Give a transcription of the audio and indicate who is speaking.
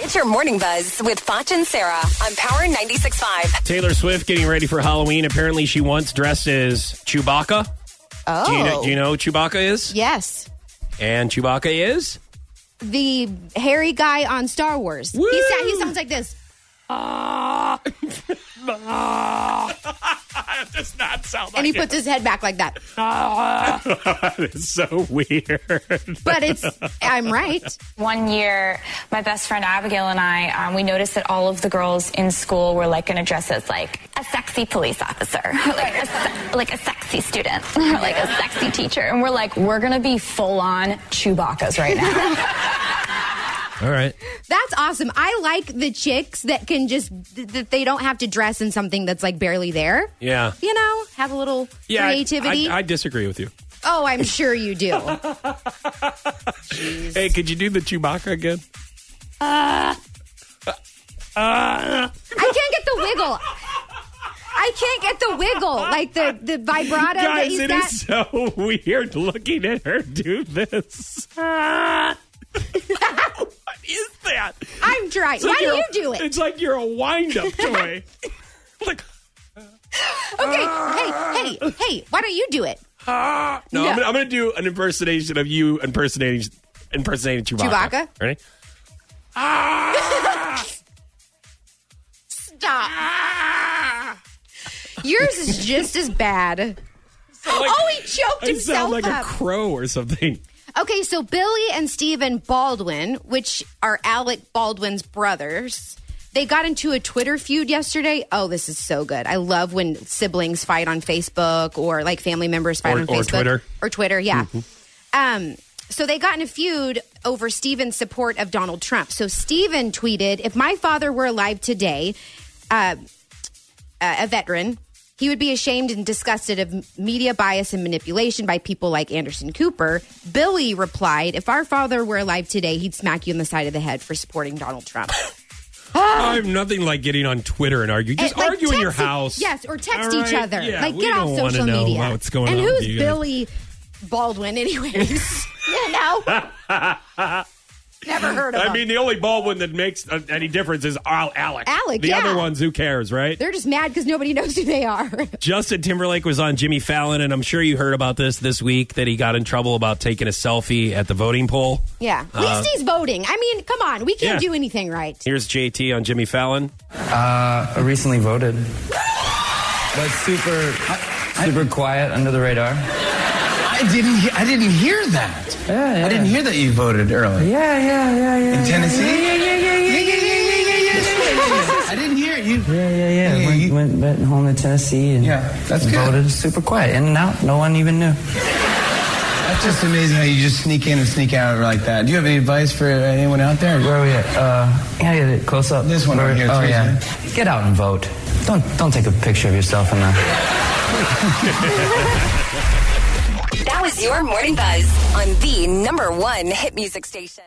Speaker 1: It's your morning buzz with Foch and Sarah on Power 96.5.
Speaker 2: Taylor Swift getting ready for Halloween. Apparently, she once dressed as Chewbacca.
Speaker 3: Oh,
Speaker 2: Do, you know, do you know who Chewbacca is?
Speaker 3: yes,
Speaker 2: And Chewbacca is?
Speaker 3: the hairy guy on Star Wars. He,
Speaker 2: Woo! Ah.
Speaker 3: sa- he sounds like this.
Speaker 2: That Ah. does not sound
Speaker 3: And he puts his head back like that.
Speaker 2: that is so weird.
Speaker 3: But it's, I'm right.
Speaker 4: One year, my best friend Abigail and I, um, we noticed that all of the girls in school were like going to dress as like a sexy police officer, like a, se- like a sexy student, or like a sexy teacher, and we're like, we're going to be full on Chewbacca's right now.
Speaker 2: All right.
Speaker 3: That's awesome. I like the chicks that can just, th- that they don't have to dress in something that's like barely there.
Speaker 2: Yeah.
Speaker 3: You know, have a little
Speaker 2: Yeah. I-
Speaker 3: creativity.
Speaker 2: I, I disagree with you.
Speaker 3: oh, I'm sure you do.
Speaker 2: Hey, could you do the Chewbacca again?
Speaker 3: I can't get the wiggle. I can't get the wiggle, like the the vibrato that
Speaker 2: Guys,
Speaker 3: he's
Speaker 2: it
Speaker 3: got.
Speaker 2: is so weird looking at her do this. what is that?
Speaker 3: I'm trying.
Speaker 2: It's
Speaker 3: Why
Speaker 2: like
Speaker 3: do
Speaker 2: you're-
Speaker 3: you do it?
Speaker 2: It's like you're a wind up toy. like, uh,
Speaker 3: Okay, hey, hey, hey! Why don't you do it,
Speaker 2: ah. No, I'm,
Speaker 3: No.
Speaker 2: gonna, I'm gonna do an impersonation of you impersonating impersonating Chewbacca.
Speaker 3: Chewbacca?
Speaker 2: Ready? Ah!
Speaker 3: Stop.
Speaker 2: Ah!
Speaker 3: Yours is just as bad.
Speaker 2: like-
Speaker 3: oh, he choked
Speaker 2: I sound
Speaker 3: himself
Speaker 2: like
Speaker 3: up.
Speaker 2: a crow or something.
Speaker 3: okay, so Billy and Stephen Baldwin, which are Alec Baldwin's brothers, they got into a Twitter feud yesterday. Oh, this is so good. I love when siblings fight on Facebook or like family members fight
Speaker 2: Or-
Speaker 3: on
Speaker 2: or
Speaker 3: Facebook
Speaker 2: Twitter. Mm-hmm.
Speaker 3: or Twitter. Yeah. Um, so they got in a feud over Steven's support of Donald Trump. So Steven tweeted, "If my father were alive today, uh, uh, a veteran." He would be ashamed and disgusted of m- media bias and manipulation by people like Anderson Cooper. Billy replied, If our father were alive today, he'd smack you on the side of the head for supporting Donald Trump.
Speaker 2: I'm nothing like getting on Twitter and argue. Just
Speaker 3: And, Ah. like,
Speaker 2: argue in your
Speaker 3: text e-
Speaker 2: house.
Speaker 3: Yes, or text
Speaker 2: All
Speaker 3: each
Speaker 2: right?
Speaker 3: other.
Speaker 2: Yeah,
Speaker 3: like,
Speaker 2: we
Speaker 3: get off
Speaker 2: don't wanna
Speaker 3: social
Speaker 2: know
Speaker 3: media.
Speaker 2: What's going
Speaker 3: and
Speaker 2: on?
Speaker 3: who's
Speaker 2: with you guys.
Speaker 3: Billy Baldwin, anyways? you know? Never heard of
Speaker 2: I
Speaker 3: him.
Speaker 2: mean, the only Baldwin that makes uh, any difference is Al- Alec.
Speaker 3: Alec,
Speaker 2: The
Speaker 3: yeah.
Speaker 2: other ones, who cares, right?
Speaker 3: They're just mad because nobody knows who they are.
Speaker 2: Justin Timberlake was on Jimmy Fallon, and I'm sure you heard about this this week that he got in trouble about taking a selfie at the voting poll.
Speaker 3: yeah. At least he's voting. I mean, come on. We can't
Speaker 2: Uh, yeah.
Speaker 3: do anything right.
Speaker 2: Here's JT on Jimmy Fallon.
Speaker 5: I Uh, recently voted. But super, super quiet under the radar.
Speaker 6: I didn't. He- I didn't hear that.
Speaker 5: Yeah, yeah.
Speaker 6: I didn't hear that you voted early
Speaker 5: Yeah, yeah, yeah, yeah.
Speaker 6: in Tennessee.
Speaker 5: Yeah, yeah, yeah, yeah, yeah,
Speaker 6: I didn't hear it. You.
Speaker 5: yeah, yeah. yeah. Went, went, went home to Tennessee and
Speaker 6: Yeah, that's good.
Speaker 5: voted super quiet. In and out, no one even knew.
Speaker 6: That's just amazing how you just sneak in and sneak out like that. Do you have any advice for anyone out there?
Speaker 5: Where are we at? Uh, yeah, yeah, close up.
Speaker 6: This one
Speaker 5: Where-
Speaker 6: right here,
Speaker 5: Oh,
Speaker 6: three,
Speaker 5: yeah. Get out and vote. Don't, don't take a picture of yourself in the.
Speaker 1: That was your morning buzz on the number one hit music station.